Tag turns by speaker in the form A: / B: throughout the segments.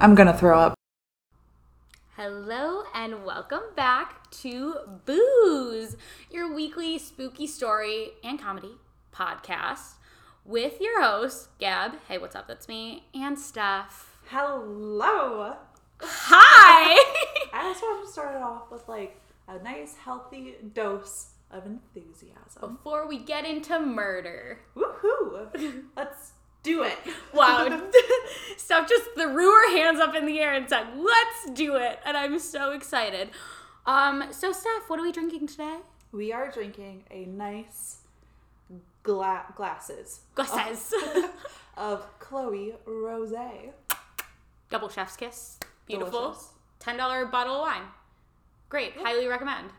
A: I'm gonna throw up.
B: Hello and welcome back to Booze, your weekly spooky story and comedy podcast with your host, Gab. Hey, what's up? That's me. And Steph.
C: Hello.
B: Hi!
C: I just want to start it off with like a nice, healthy dose of enthusiasm.
B: Before we get into murder.
C: Woohoo! Let's do it.
B: Wow. Steph just threw her hands up in the air and said, let's do it. And I'm so excited. Um, so Steph, what are we drinking today?
C: we are drinking a nice gla- glasses
B: Gusses.
C: of Chloe Rose.
B: Double chef's kiss. Beautiful. $10 bottle of wine. Great. Highly recommend.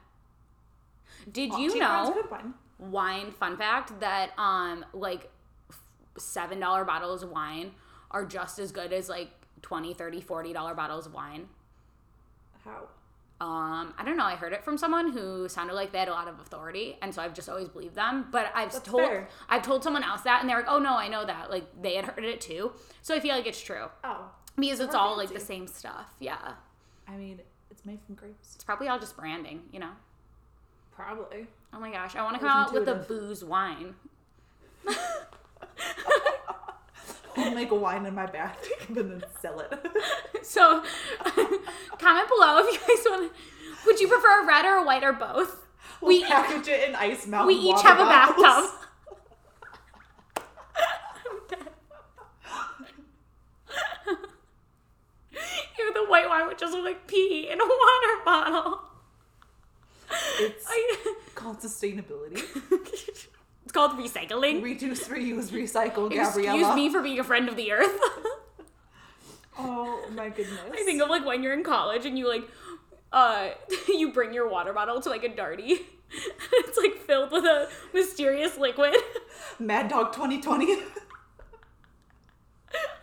B: Did you know?
C: Good one.
B: wine fun fact that um like f- seven dollar bottles of wine are just as good as like 20 30 40 dollar bottles of wine
C: How?
B: um i don't know i heard it from someone who sounded like they had a lot of authority and so i've just always believed them but i've told
C: fair.
B: i've told someone else that and they're like oh no i know that like they had heard it too so i feel like it's true
C: Oh,
B: because it's all like the
C: fancy.
B: same stuff yeah
C: I mean, it's made from grapes.
B: it's probably all just branding you know
C: Probably.
B: oh my gosh i want to
C: was
B: come out with the
C: intuitive.
B: booze wine
C: I'll make wine in my bathtub and then sell it.
B: So, comment below if you guys want. Would you prefer a red or a white or both?
C: We'll
B: We-
C: package it in ice mountain.
B: We each
C: water
B: have a
C: Um, bottles.
B: bathtub. Ew, the white wine would just look like pee in a water bottle.
C: It's
B: I-
C: called sustainability.
B: it's called recycling.
C: Reduce, reuse, recycle, Gabriella.
B: Excuse me for being a friend of the earth.
C: Oh my goodness.
B: I think of like when you're in college and you like, uh, you bring your water bottle to like a darty. it's like filled with a mysterious liquid.
C: Mad Dog 2020.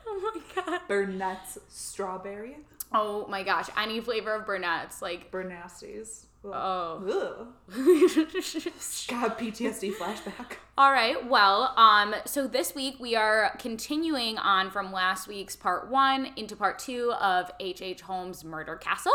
B: oh my god.
C: Burnett's strawberry.
B: Oh my gosh, any flavor of Burnett's, like,
C: Bernasties.
B: Oh.
C: Ugh. God, PTSD flashback.
B: all right. Well, um, so this week we are continuing on from last week's part one into part two of H. H. Holmes' Murder Castle.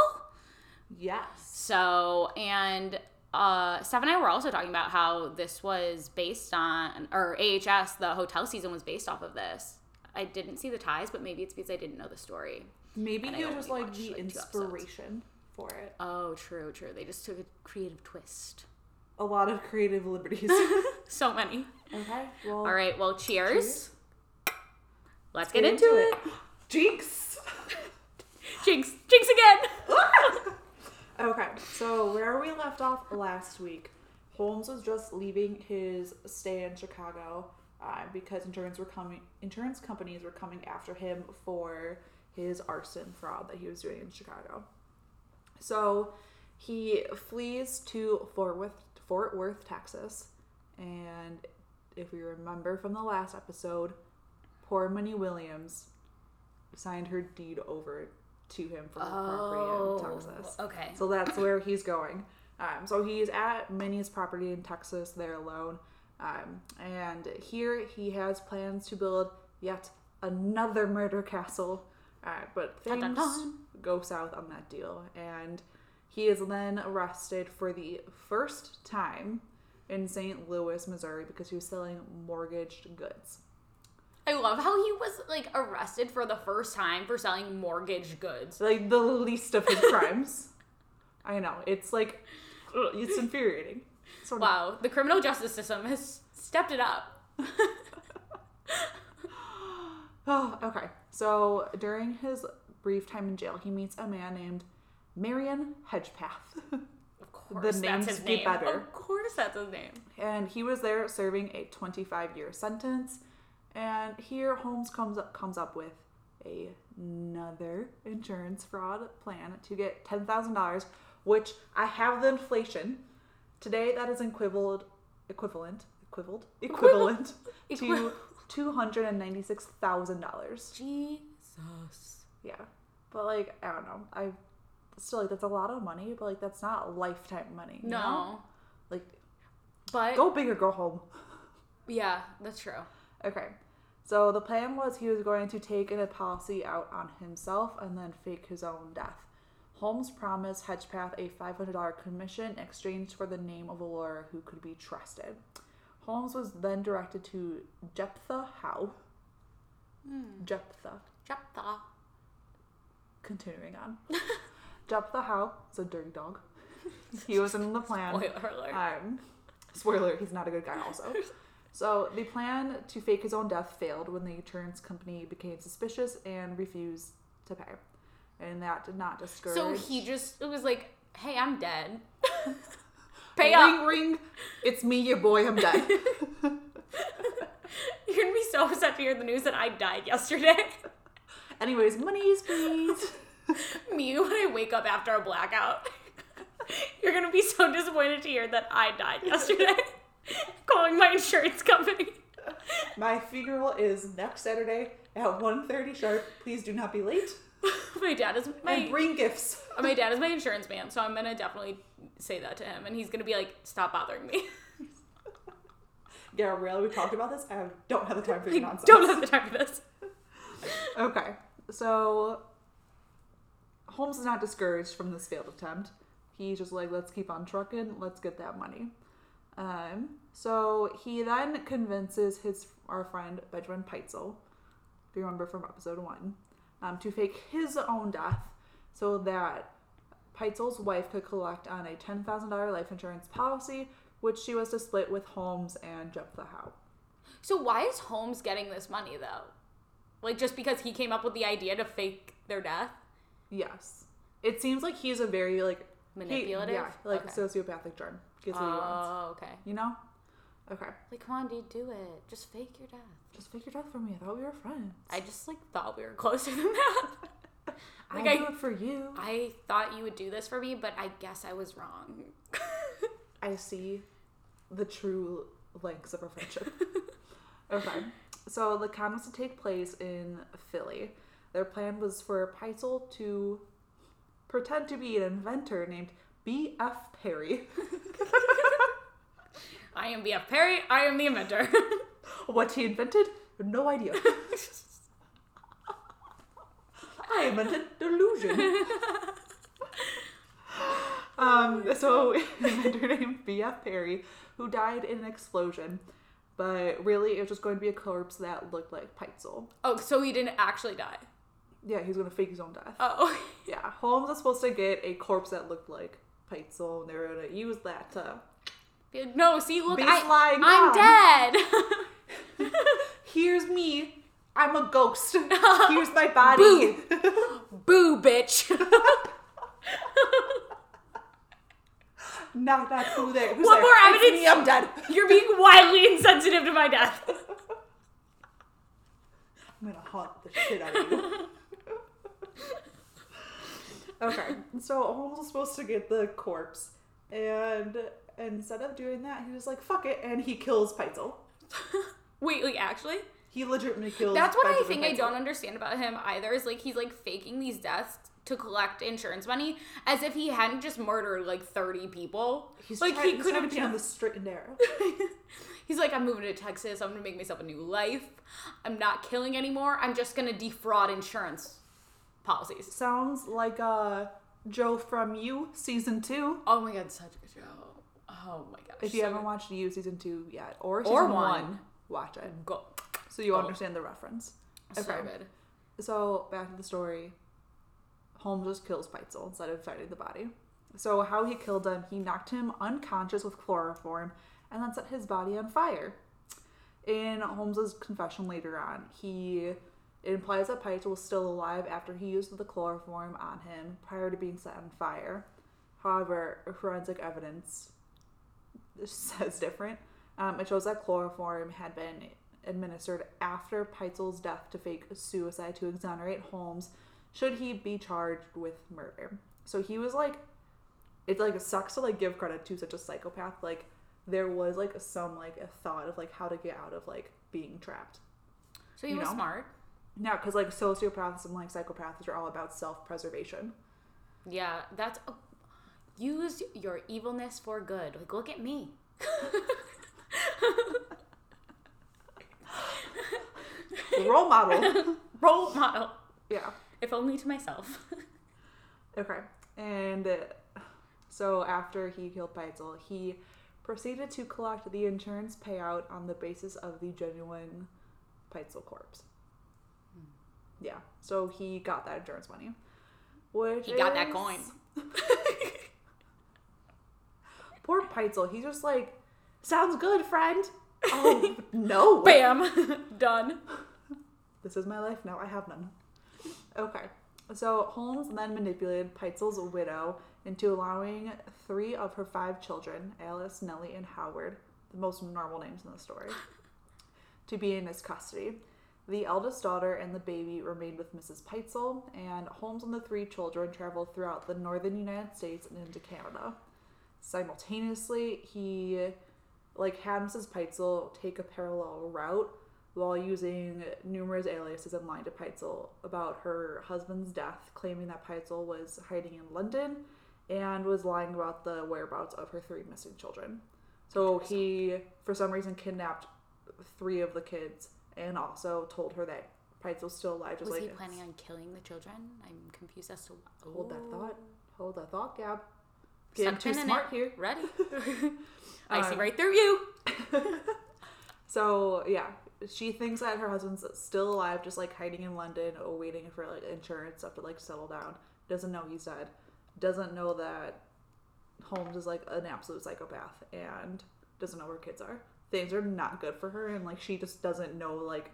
C: Yes.
B: So, and uh, Steph and I were also talking about how this was based on, or AHS, the hotel season was based off of this. I didn't see the ties, but maybe it's because I didn't know the story.
C: Maybe
B: And I
C: he was
B: only
C: just like
B: watched,
C: the
B: like, two episodes.
C: inspiration for it.
B: Oh, true, true. They just took a creative twist.
C: A lot of creative liberties.
B: So many.
C: okay. Well,
B: All right, well, cheers.
C: Cheers.
B: Let's get into it.
C: Jinx.
B: Jinx, jinx again.
C: Okay, so where we left off last week, Holmes was just leaving his stay in Chicago uh, because insurance were coming, insurance companies were coming after him for his arson fraud that he was doing in Chicago. So he flees to Fort Worth, Fort Worth, Texas, and if we remember from the last episode, poor Minnie Williams signed her deed over to him for her
B: Oh.
C: property in Texas.
B: okay.
C: So that's where he's going. Um, so he's at Minnie's property in Texas. They're alone. Um, and here he has plans to build yet another murder castle. Uh, but things
B: dun, dun.
C: go south on that deal. And he is then arrested for the first time in St. Louis, Missouri, because he was selling mortgaged goods.
B: I love how he was like arrested for the first time for selling mortgage goods.
C: Like the least of his crimes. I know. It's like, ugh, it's infuriating. So
B: Wow, the criminal justice system has stepped it up.
C: Oh, okay. So during his brief time in jail, he meets a man named Marion Hedgepath.
B: Of course, that's
C: names
B: his
C: get
B: name.
C: better.
B: Of course, that's his name.
C: and he was there serving a 25 year sentence. And here Holmes comes up comes up with a- another insurance fraud plan to get $10,000, which I have the inflation. Today that is equivalent equivalent equivalent equivalent to
B: Equivalent.
C: $296,000.
B: Jesus.
C: Yeah. But like, I don't know. I still like that's a lot of money, but like that's not lifetime money. you
B: No,
C: know? Like
B: but
C: go big or go home.
B: yeah, that's true.
C: Okay. So the plan was he was going to take an policy out on himself and then fake his own death. Holmes promised Hedgepath a $500 commission in exchange for the name of a lawyer who could be trusted. Holmes was then directed to Jephthah Howe. Hmm. Jephthah.
B: Jephthah.
C: Continuing on. Jephthah Howe is a dirty dog. He was in the plan.
B: Spoiler alert.
C: Um, spoiler, he's not a good guy, also. So, the plan to fake his own death failed when the insurance company became suspicious and refused to pay. And that did not discourage.
B: so he just it was like, hey, I'm dead. Pay
C: ring,
B: up.
C: ring. It's me, your boy, I'm dead.
B: You're gonna be so upset to hear the news that I died yesterday.
C: Anyways, monies, please.
B: Me when I wake up after a blackout. You're gonna be so disappointed to hear that I died yesterday. Calling my insurance company.
C: My funeral is next Saturday at 1.30 sharp. Please do not be late.
B: My dad is
C: and
B: my
C: bring gifts.
B: my dad is my insurance man, so I'm gonna definitely say that to him, and he's gonna be like, "Stop bothering me.
C: Gabrielle, we talked about this. I don't have the time for your
B: I
C: nonsense.
B: don't have the time for this."
C: Okay, so Holmes is not discouraged from this failed attempt. He's just like, let's keep on trucking, let's get that money. Um, so he then convinces his our friend Benjamin Peitzel, if you remember from episode one, um, to fake his own death so that Peitzel's wife could collect on a ten thousand dollar life insurance policy, which she was to split with Holmes and Jephthah Howe.
B: So why is Holmes getting this money though? Like just because he came up with the idea to fake their death?
C: Yes. It seems like he's a very like he-
B: Manipulative?
C: yeah, like
B: Okay.
C: sociopathic germ. Gets what he wants.
B: Oh, okay.
C: You know? Okay.
B: Like, come on, dude, do it. Just fake your death.
C: Just fake your death for me. I thought we were friends.
B: I just like thought we were closer than that. like,
C: I'll
B: I-
C: do it for you.
B: I thought you would do this for me, but I guess I was wrong.
C: I see the true lengths of our friendship. okay. So the con was to take place in Philly. Their plan was for Peitzel to pretend to be an inventor named B.F. Perry.
B: I am BF Perry. I am the inventor.
C: What he invented? No idea. I invented delusion. um, so inventor named B.F. Perry, who died in an explosion, but really it was just going to be a corpse that looked like Peitzel.
B: oh, so he didn't actually die.
C: Yeah, he's gonna fake his own death.
B: Oh,
C: Yeah, Holmes is supposed to get a corpse that looked like Peitzel, and they were gonna use that to.
B: no. See, look,
C: Be
B: I,
C: flying down.
B: I'm dead.
C: Here's me. I'm a ghost. Here's my body.
B: Boo, bitch.
C: Knock, knock, who there? Who's
B: What
C: there?
B: more
C: It's
B: evidence?
C: me, I'm dead.
B: You're being wildly insensitive to my death.
C: I'm gonna haunt the shit out of you. okay, so Holmes was supposed to get the corpse, and instead of doing that, he was like, "Fuck it," and he kills Peitzel.
B: Wait, like actually,
C: He legitimately kills.
B: that's what I
C: Benjamin
B: think I
C: Peitzel.
B: don't understand about him either. Is like he's like faking these deaths to collect insurance money, as if he hadn't just murdered like thirty people.
C: He's
B: like
C: trying,
B: he could have
C: been on
B: just.
C: the straight and narrow.
B: He's like, I'm moving to Texas. I'm gonna make myself a new life. I'm not killing anymore. I'm just gonna defraud insurance policies.
C: Sounds like uh, Joe from You season two.
B: Oh my god, such a good show. Oh my gosh.
C: If you
B: so
C: haven't watched You season two yet, or season
B: Or
C: one,
B: one.
C: watch it
B: good. go.
C: so you
B: Oh.
C: understand the reference.
B: So
C: Okay.
B: good.
C: So back to the story. Holmes just kills Peitzel instead of finding the body. So how he killed him, he knocked him unconscious with chloroform and then set his body on fire. In Holmes's confession later on, he implies that Peitzel was still alive after he used the chloroform on him prior to being set on fire. However, forensic evidence says different. Um, it shows that chloroform had been administered after Peitzel's death to fake suicide to exonerate Holmes should he be charged with murder. So he was like, it like sucks to like give credit to such a psychopath. Like there was like some like a thought of like how to get out of like being trapped.
B: So he
C: You
B: was
C: know?
B: smart.
C: Yeah, because like sociopaths and like psychopaths are all about self preservation.
B: Yeah, that's oh, use your evilness for good. Like, look at me.
C: Role model.
B: Role model.
C: yeah.
B: If only to myself.
C: Okay. And uh, so after he killed Peitzel, he proceeded to collect the insurance payout on the basis of the genuine Peitzel corpse.
B: Hmm.
C: Yeah. So he got that insurance money. Which
B: He got that
C: is-
B: coin.
C: Poor Peitzel. He's just like, sounds good, friend. Oh, no.
B: Bam. Done.
C: This is my life now. I have none. Okay. So Holmes then manipulated Peitzel's widow into allowing three of her five children, Alice, Nellie, and Howard, the most normal names in the story, to be in his custody. The eldest daughter and the baby remained with Mrs. Peitzel, and Holmes and the three children traveled throughout the northern United States and into Canada. Simultaneously, he like had Mrs. Peitzel take a parallel route while using numerous aliases in line to Peitzel about her husband's death, claiming that Peitzel was hiding in London and was lying about the whereabouts of her three missing children. So he, for some reason, kidnapped three of the kids and also told her that Peitzel's still alive. Just
B: Was
C: like
B: he planning on killing the children? I'm confused as to.
C: hold that thought, hold that thought, Gab.
B: Ooh,
C: Getting too
B: something in
C: smart
B: it.
C: here.
B: Ready? I see
C: Um,
B: right through you.
C: So yeah, she thinks that her husband's still alive, just like hiding in London, or waiting for like insurance stuff to like settle down. Doesn't know he's dead. Doesn't know that Holmes is like an absolute psychopath, and doesn't know where kids are. Things are not good for her, and like she just doesn't know like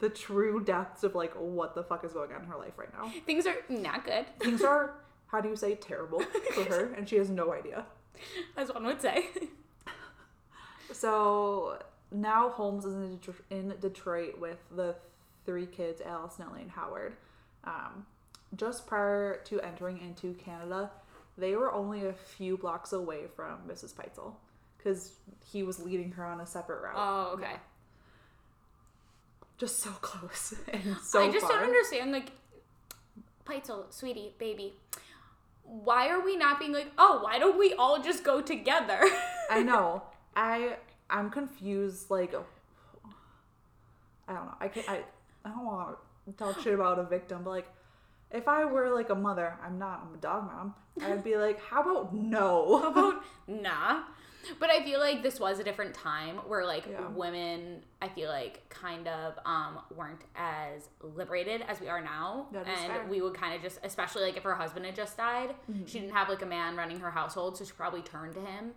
C: the true depths of like what the fuck is going on in her life right now.
B: Things are not good,
C: Things are how do you say terrible for her, and she has no idea.
B: as one would say.
C: So now Holmes is in, Det- in Detroit with the three kids, Alice, Nellie, and Howard. Um, just prior to entering into Canada, they were only a few blocks away from Mrs. Peitzel because he was leading her on a separate route.
B: Oh, okay.
C: Just so close and so
B: Oh. I just
C: far.
B: don't understand, like, Peitzel, sweetie, baby, why are we not being like, oh, why don't we all just go together?
C: I know. I I'm confused. Like, I don't know. I can I I don't want to talk shit about a victim, but like, if I were like a mother, I'm not. I'm a dog mom. I'd be like, how about no?
B: About nah. But I feel like this was a different time where like
C: Yeah.
B: women, I feel like kind of um weren't as liberated as we are now,
C: That is
B: and
C: fair.
B: we would kind of just, especially like if her husband had just died, she didn't have like a man running her household, so she probably turned to him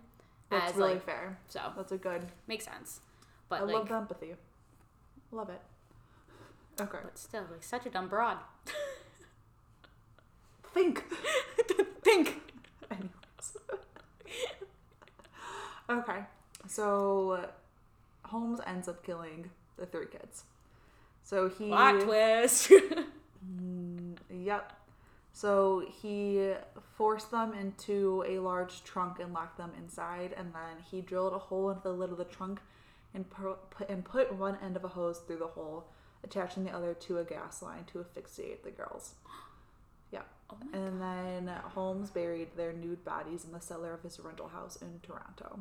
C: That's
B: as
C: really
B: like
C: fair.
B: so
C: That's a good.
B: makes sense.
C: I
B: But like,
C: love the empathy. Love it. Okay.
B: but still, like such a dumb broad.
C: Think.
B: Think.
C: Anyways. okay. So Holmes ends up killing the three kids. So he
B: Plot twist.
C: Mm, Yep. So he forced them into a large trunk and locked them inside, and then he drilled a hole into the lid of the trunk and pu- put and put one end of a hose through the hole, attaching the other to a gas line to asphyxiate the girls. Yep.
B: Oh
C: and then Holmes buried their nude bodies in the cellar of his rental house in Toronto.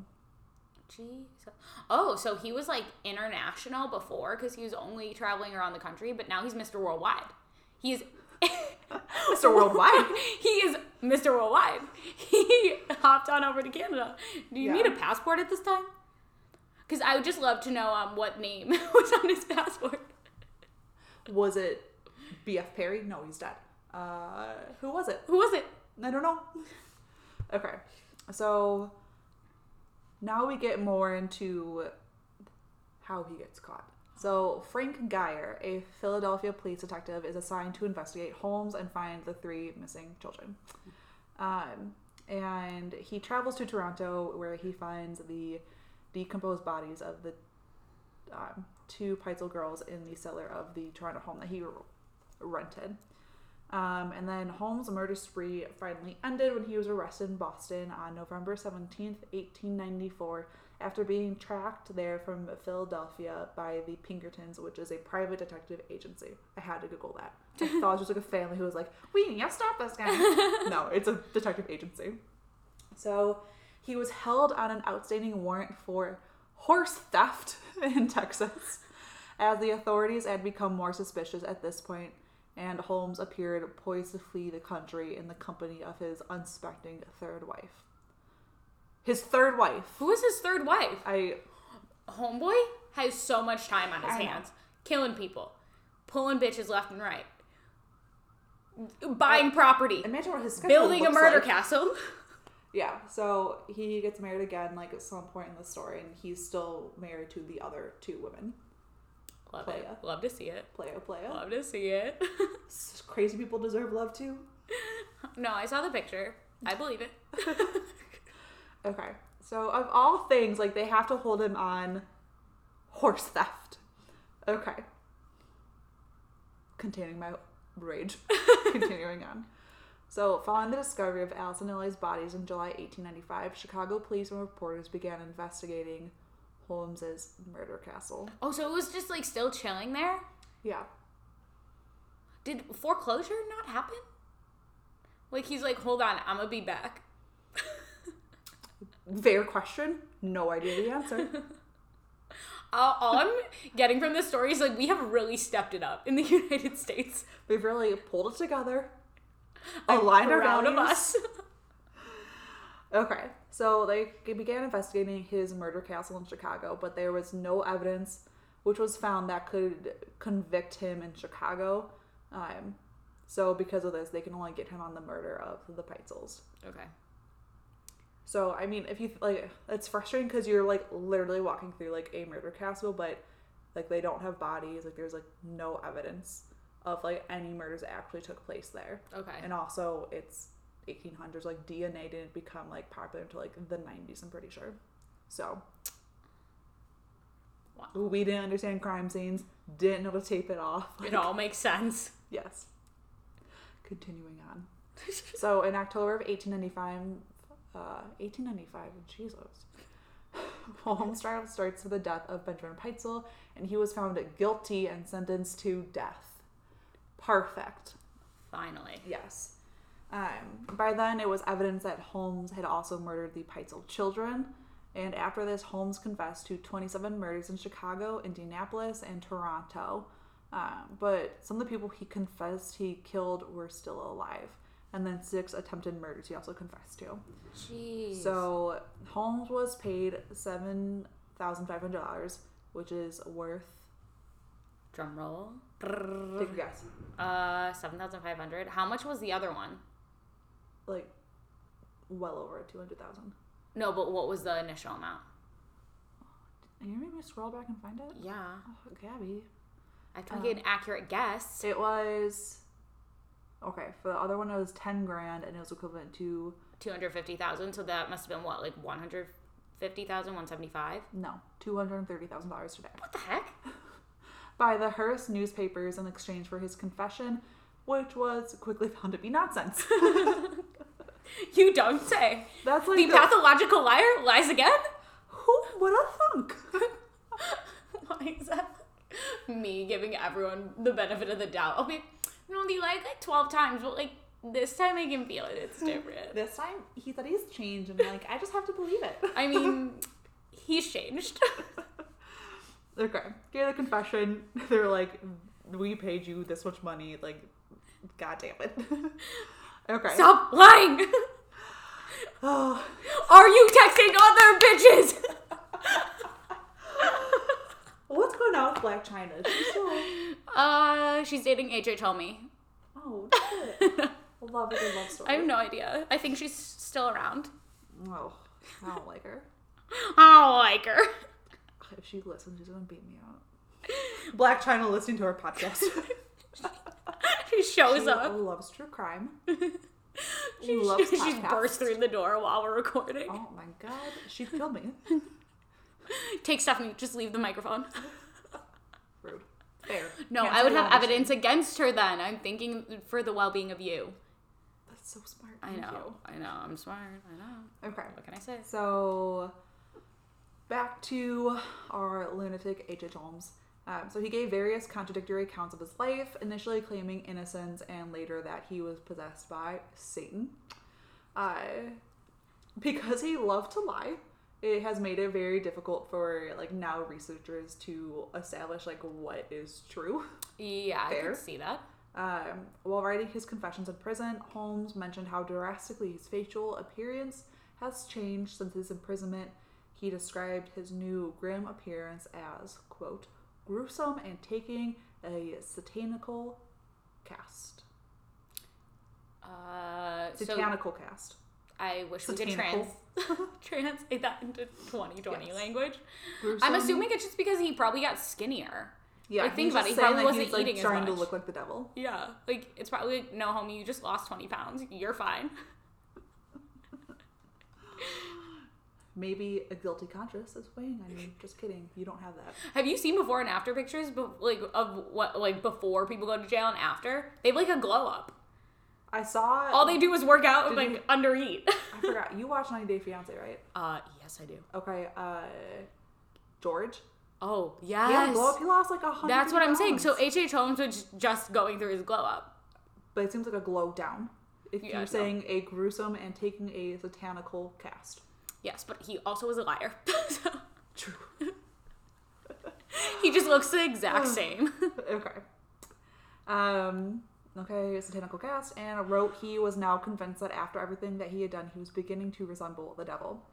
B: Jesus. Oh, so he was like international before because he was only traveling around the country, but now he's Mr. Worldwide. He's
C: Mr. Worldwide.
B: he is Mr. Worldwide. He hopped on over to Canada. Do you
C: Yeah.
B: need a passport at this time? Because I would just love to know um what name was on his passport.
C: Was it B.F. Perry? No, he's dead. Uh, who was it?
B: Who was it?
C: I don't know. Okay. So now we get more into how he gets caught. So Frank Geyer, a Philadelphia police detective, is assigned to investigate Holmes and find the three missing children. Um, and he travels to Toronto where he finds the decomposed bodies of the um, two Peitzel girls in the cellar of the Toronto home that he rented. Um, and then Holmes' murder spree finally ended when he was arrested in Boston on November 17th, 1894, after being tracked there from Philadelphia by the Pinkertons, which is a private detective agency. I had to Google that. I thought it was just like a family who was like, we need to stop this guy. no, it's a detective agency. So he was held on an outstanding warrant for horse theft in Texas as the authorities had become more suspicious at this point, and Holmes appeared poised to flee the country in the company of his unsuspecting third wife. His third wife.
B: Who is his third wife?
C: I
B: Homeboy has so much time on his
C: I know.
B: hands, killing people, pulling bitches left and right, buying property,
C: imagine what his schedule
B: building a
C: looks
B: murder
C: like.
B: castle.
C: Yeah, so he gets married again, like at some point in the story, and he's still married to the other two women.
B: Love
C: Playa.
B: it. Love to see it.
C: Playa, playa.
B: Love to see it.
C: S- Crazy people deserve love too.
B: no, I saw the picture. I believe it.
C: Okay, so of all things, like they have to hold him on horse theft. Okay. Containing my rage. Continuing on. So, following the discovery of Alice and Ellie's bodies in July 1895, Chicago police and reporters began investigating Holmes's murder castle.
B: Oh, so it was just like still chilling there?
C: Yeah.
B: Did foreclosure not happen? Like he's like, hold on, I'm gonna be back.
C: Fair question. No idea the answer.
B: All, all I'm getting from this story is like we have really stepped it up in the United States.
C: We've really pulled it together, aligned our
B: Proud of
C: values.
B: us.
C: Okay, so they began investigating his murder castle in Chicago, but there was no evidence which was found that could convict him in Chicago. Um, so because of this, they can only get him on the murder of the Peitzels.
B: Okay.
C: So I mean, if you like, it's frustrating because you're like literally walking through like a murder castle, but like they don't have bodies. Like there's like no evidence of like any murders that actually took place there.
B: Okay.
C: And also, it's 1800s. Like DNA didn't become like popular until like the 90s. I'm pretty sure. So
B: Wow.
C: we didn't understand crime scenes. Didn't know to tape it off.
B: It all makes sense.
C: Yes. Continuing on. so in October of 1895, uh, 1895, Jesus. Holmes' trial starts with the death of Benjamin Peitzel, and he was found guilty and sentenced to death. Perfect.
B: Finally.
C: Yes. Um, by then, it was evidence that Holmes had also murdered the Peitzel children. And after this, Holmes confessed to 27 murders in Chicago, Indianapolis, and Toronto. Um, but some of the people he confessed he killed were still alive. And then six attempted murders he also confessed to.
B: Jeez.
C: So Holmes was paid $7,500, which is worth.
B: drum roll.
C: Take a guess.
B: Uh, seven thousand five hundred. How much was the other one?
C: Like, well over 200000
B: No, but what was the initial amount?
C: Can you make me scroll back and find it?
B: Yeah,
C: Oh, Gabby.
B: I can get an accurate guess.
C: It was okay for the other one. It was ten grand, and it was equivalent to
B: Two hundred fifty thousand. So that must have been what, like one hundred fifty thousand, one seventy five.
C: no two hundred and thirty thousand dollars today
B: What the heck?
C: by the Hearst newspapers in exchange for his confession, which was quickly found to be nonsense.
B: You don't say.
C: That's like
B: The
C: the-
B: pathological liar lies again.
C: who would have thunk?
B: Why is that? Me giving everyone the benefit of the doubt. I'll be, no, they lied like twelve times, but like this time I can feel it. It's different.
C: This time he said he's changed, and like I just have to believe it.
B: I mean, he's changed.
C: Okay, gave the confession. They're like, we paid you this much money. Like, god damn it. okay.
B: Stop lying.
C: Oh.
B: Are you texting other bitches?
C: What's going on with Black China? She's still.
B: Uh, she's dating AJ Tomey.
C: Oh, shit. love a good love story.
B: I have no idea. I think she's still around.
C: Oh, I don't like her.
B: I don't like her.
C: If she listens, she's gonna beat me up. Black China listening to our podcast.
B: She shows
C: she
B: up.
C: loves true crime.
B: She,
C: loves
B: she
C: podcasts.
B: bursts through the door while we're recording.
C: Oh my god, she'd kill me.
B: Take Stephanie. Just leave the microphone.
C: Rude. Fair.
B: No,
C: Can't
B: I would
C: say
B: have
C: that.
B: evidence against her then. I'm thinking for the well being of you.
C: That's so smart.
B: I
C: Thank
B: know. I know. I'm smart. I know.
C: you. Okay.
B: What can I say?
C: So, back to our lunatic H.H. Holmes. Um, so, he gave various contradictory accounts of his life, initially claiming innocence and later that he was possessed by Satan. Uh, because he loved to lie, it has made it very difficult for like now researchers to establish like what is true.
B: Yeah, I
C: Fair.
B: can see that.
C: Um, while writing his confessions in prison, Holmes mentioned how drastically his facial appearance has changed since his imprisonment. He described his new grim appearance as, quote, gruesome and taking a satanical cast.
B: Uh, so
C: Satanical cast.
B: I wish we could trans
C: Satanical.
B: translate that into 2020
C: Yes.
B: language.
C: Gruesome.
B: I'm assuming it's just because he probably got skinnier.
C: Yeah,
B: like, think
C: he's
B: about
C: just
B: it,
C: saying
B: he probably
C: that
B: wasn't
C: he's, like,
B: eating as
C: trying to
B: much.
C: look like the devil.
B: Yeah, like it's probably like, no, homie, you just lost 20 pounds. You're fine.
C: Maybe a guilty conscience is weighing on you. Just kidding. You don't have that.
B: Have you seen before and after pictures, be- like of what, like before people go to jail and after? They have like a glow up.
C: I saw.
B: All they do is work out and
C: Did
B: like undereat.
C: I forgot. You watched 90 Day Fiance, right?
B: uh, yes, I do.
C: Okay. Uh, George.
B: Oh,
C: Yeah,
B: yes.
C: glow up. He lost like a hundred.
B: That's what I'm saying.
C: pounds.
B: So H. H. Holmes was just going through his glow up.
C: but it seems like a glow down. If
B: Yeah, no.
C: you're saying a gruesome and taking a satanical cast.
B: Yes, but he also was a liar. so
C: True.
B: he just looks the exact same.
C: okay. Um. Okay, satanical cast, and wrote he was now convinced that after everything that he had done, he was beginning to resemble the devil.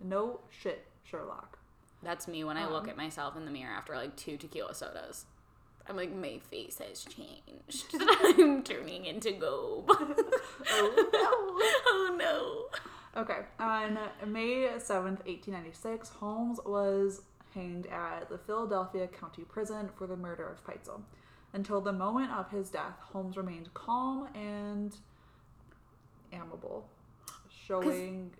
C: No shit, Sherlock.
B: That's me when I look
C: Um.
B: at myself in the mirror after like two tequila sodas. I'm like, my face has changed. I'm turning into Gobe. oh no.
C: Okay. On May 7th, 1896, Holmes was hanged at the Philadelphia County Prison for the murder of Peitzel. Until the moment of his death, Holmes remained calm and amiable, showing.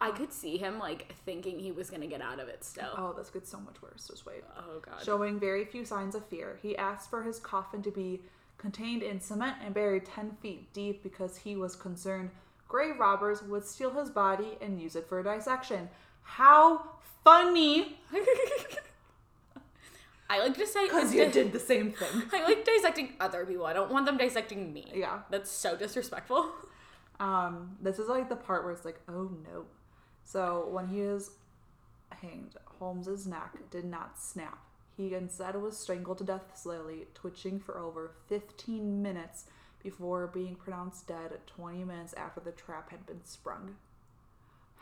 B: I could see him like thinking he was gonna get out of it still.
C: Oh, this gets so much worse. Just wait.
B: Oh god.
C: Showing very few signs of fear. He asked for his coffin to be contained in cement and buried 10 feet deep because he was concerned grave robbers would steal his body and use it for dissection. How funny!
B: I like to say
C: Because you did the same thing.
B: I like dissecting other people. I don't want them dissecting me.
C: Yeah.
B: That's so disrespectful.
C: Um, this is like the part where it's like, oh no. So when he is hanged, Holmes's neck did not snap. He instead was strangled to death slowly, twitching for over 15 minutes before being pronounced dead 20 minutes after the trap had been sprung.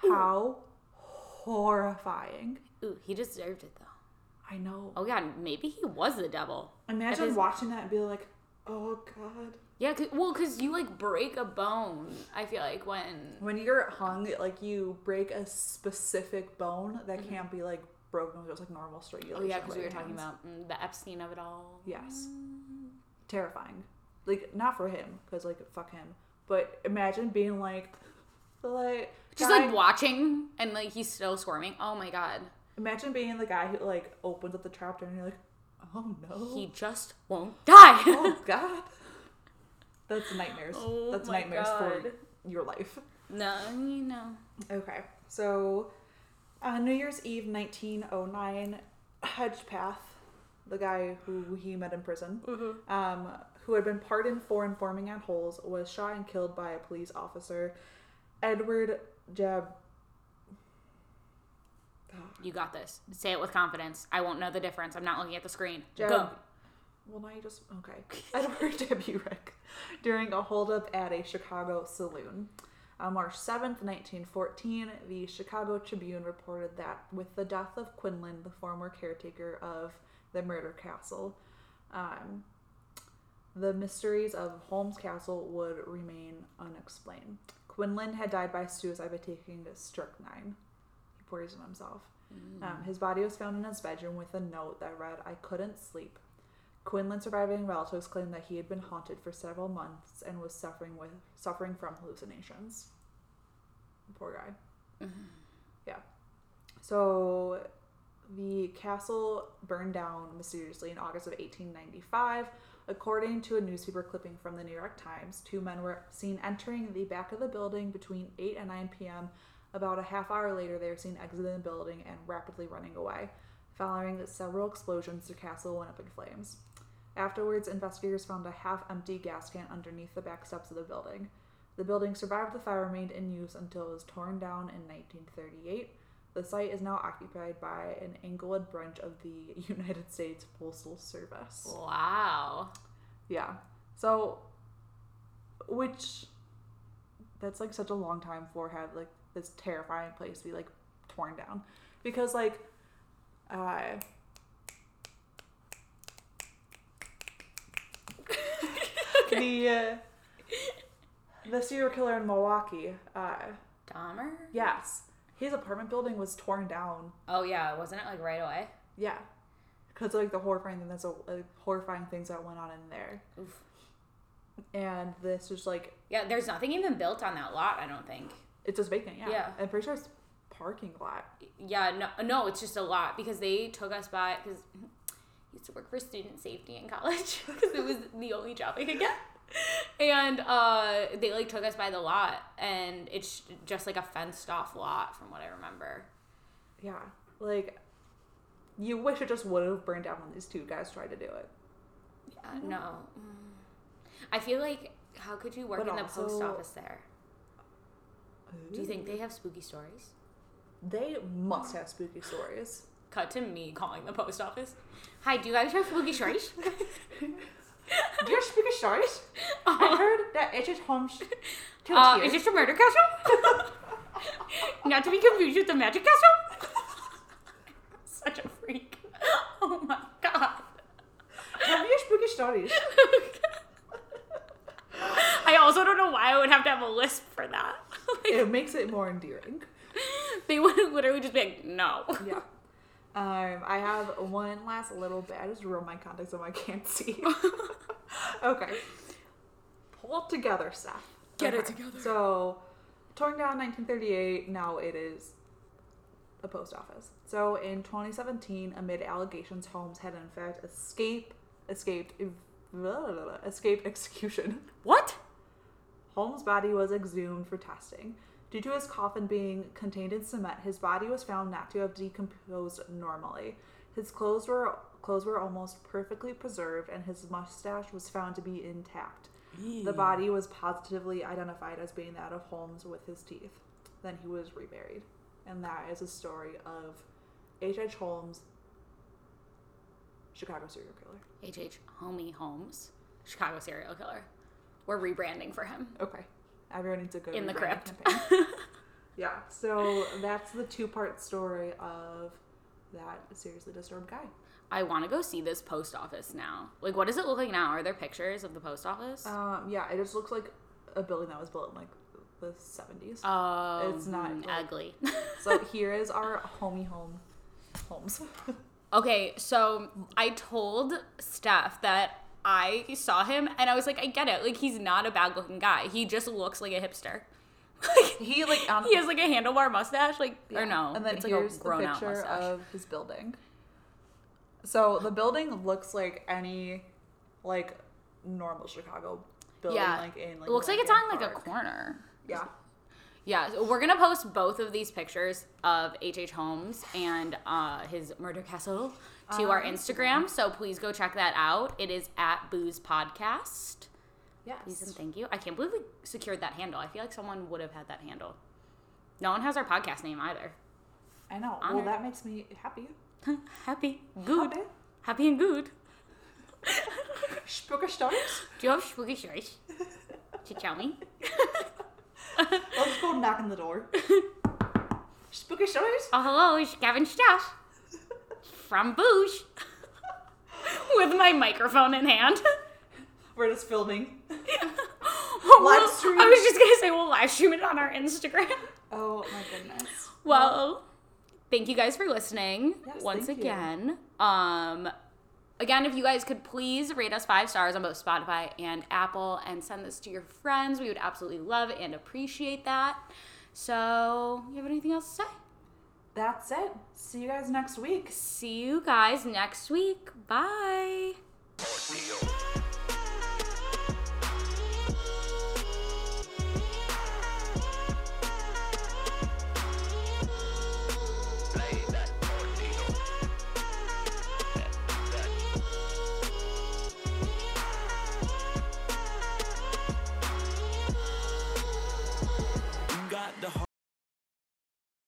C: How horrifying.
B: Ooh, he deserved it though.
C: I know.
B: Oh god, maybe he was the devil.
C: Imagine
B: is-
C: watching that and be like, oh god.
B: Yeah, cause, well, because you like break a bone. I feel like when
C: when you're hung, like you break a specific bone that can't be like broken with just like normal strangulation.
B: Mm-hmm. oh yeah, because we were
C: like,
B: talking
C: hands.
B: about mm, the Epstein of it all.
C: yes, terrifying. Like not for him, because like fuck him. But imagine being like, like
B: Just
C: guy-
B: like watching and like he's still squirming. Oh my god,
C: imagine being the guy who like opens up the trap door and you're like, oh no,
B: he just won't die.
C: oh god, that's nightmares.
B: Oh
C: that's
B: my
C: nightmares
B: God.
C: for your life.
B: no, you know.
C: Okay, so on New Year's Eve, 1909, Hedgepath, the guy who he met in prison, um, who had been pardoned for informing on Holes, was shot and killed by a police officer, Edward Jab. Ah,
B: You got this. Say it with confidence. I won't know the difference. I'm not looking at the screen.
C: Jab.
B: Go.
C: Well, now you just okay. Edward Deburek during a holdup at a Chicago saloon. On March 7th, 1914, the Chicago Tribune reported that with the death of Quinlan, the former caretaker of the murder castle, um, the mysteries of Holmes Castle would remain unexplained. Quinlan had died by suicide by taking strychnine. He poisoned himself.
B: Mm.
C: Um, his body was found in his bedroom with a note that read, I couldn't sleep. Quinlan's surviving relatives claimed that he had been haunted for several months and was suffering with suffering from hallucinations. Poor guy. yeah. So the castle burned down mysteriously in August of 1895. According to a newspaper clipping from the New York Times, two men were seen entering the back of the building between 8 and 9 p.m. About a half hour later, they were seen exiting the building and rapidly running away. Following several explosions, the castle went up in flames. Afterwards, investigators found a half empty gas can underneath the back steps of the building. The building survived the fire, remained in use until it was torn down in 1938. The site is now occupied by an Englewood branch of the United States Postal Service.
B: Wow.
C: Yeah. So, which that's like such a long time for have like this terrifying place to be like torn down, because like, uh, the uh, the serial killer in Milwaukee. Uh,
B: Dahmer?
C: yes, his apartment building was torn down.
B: Oh, yeah. Wasn't it like right away?
C: Yeah, because like the horrifying thing that's a, like, horrifying things that went on in there.
B: Oof.
C: And this was like
B: Yeah, there's nothing even built on that lot, I don't think.
C: It's just vacant, yeah.
B: Yeah.
C: I'm pretty sure it's parking lot.
B: Yeah, no, no, it's just a lot because they took us by because used to work for student safety in college because it was the only job I could get, and uh, they like took us by the lot, and it's just like a fenced off lot from what I remember.
C: Yeah. Like you wish it just would have burned down when these two guys tried to do it.
B: Yeah, no, I feel like how could you work
C: But
B: in the post
C: also-
B: office there? Do you think they have spooky stories?
C: they must have spooky stories?
B: Cut to me calling the post office. Hi, do you guys have spooky stories?
C: do you have spooky stories?
B: Oh,
C: I heard that Edge's home sh- killed
B: Uh-huh. Uh,
C: here.
B: is this a murder castle? Not to be confused with the magic castle. Such a freak. Oh my god.
C: Have you spooky stories?
B: I also don't know why I would have to have a lisp for that. Like,
C: it makes it more endearing.
B: they would literally just be like, no.
C: Yeah. Um, I have one last little bit. I just ruined my contacts so I can't see. okay. Pull it together, Seth.
B: Get it
C: Okay.
B: together.
C: So, torn down 1938, now it is a post office. So, in 2017, amid allegations, Holmes had in fact escaped, escaped, blah, blah, blah, blah, escaped execution.
B: What?
C: Holmes' body was exhumed for testing. Due to his coffin being contained in cement, his body was found not to have decomposed normally. His clothes were clothes were almost perfectly preserved, and his mustache was found to be intact. The body was positively identified as being that of Holmes with his teeth. Then he was reburied, and that is a story of H. H. Holmes, Chicago serial killer.
B: H.H. Homie Holmes, Chicago serial killer. We're rebranding for him.
C: Okay. Everyone needs a good
B: In the
C: rebranding
B: crypt.
C: campaign. yeah. So that's the two part story of that seriously disturbed guy.
B: I want to go see this post office now. Like, what does it look like now? Are there pictures of the post office?
C: Um, yeah, it just looks like a building that was built in like the seventies.
B: Oh,
C: It's not,
B: mm,
C: like-
B: ugly.
C: so here is our homie home homes.
B: okay, so I told Steph that I saw him, and I was like, I get it. Like, he's not a bad-looking guy. He just looks like a hipster. Like,
C: he like on
B: he has like a handlebar mustache, like
C: yeah.
B: or no,
C: And then
B: it's like a
C: here's the
B: grown-out
C: picture
B: mustache.
C: of his building. So the building looks like any like normal Chicago building
B: yeah,
C: like in like
B: it looks like it's on
C: Lincoln
B: like a
C: Park.
B: corner.
C: Yeah.
B: Yeah, so we're gonna post both of these pictures of H.H. Holmes and uh, his murder castle to our Instagram. So please go check that out. It is at Booze Podcast.
C: Yes.
B: Please and thank you. I can't believe we secured that handle. I feel like someone would have had that handle. No one has our podcast name either.
C: I know.
B: Honored.
C: Well, that makes me happy.
B: Happy, good,
C: Happy.
B: happy and good.
C: Spooker stories.
B: Do you have spooky stories to tell me?
C: Let's go knock on the door. Spooky stories.
B: Oh, hello, it's Gavin Staff from Booze with my microphone in hand.
C: We're just filming.
B: Well,
C: stream.
B: I was just gonna say we'll live stream it on our Instagram.
C: Oh my goodness.
B: Well, thank you guys for listening
C: Yes,
B: once
C: thank you.
B: again. Um again, if you guys could please rate us five stars on both Spotify and Apple and send this to your friends. We would absolutely love and appreciate that. So you have anything else to say?
C: That's it. See you guys next week.
B: See you guys next week. Bye.
A: Tornado.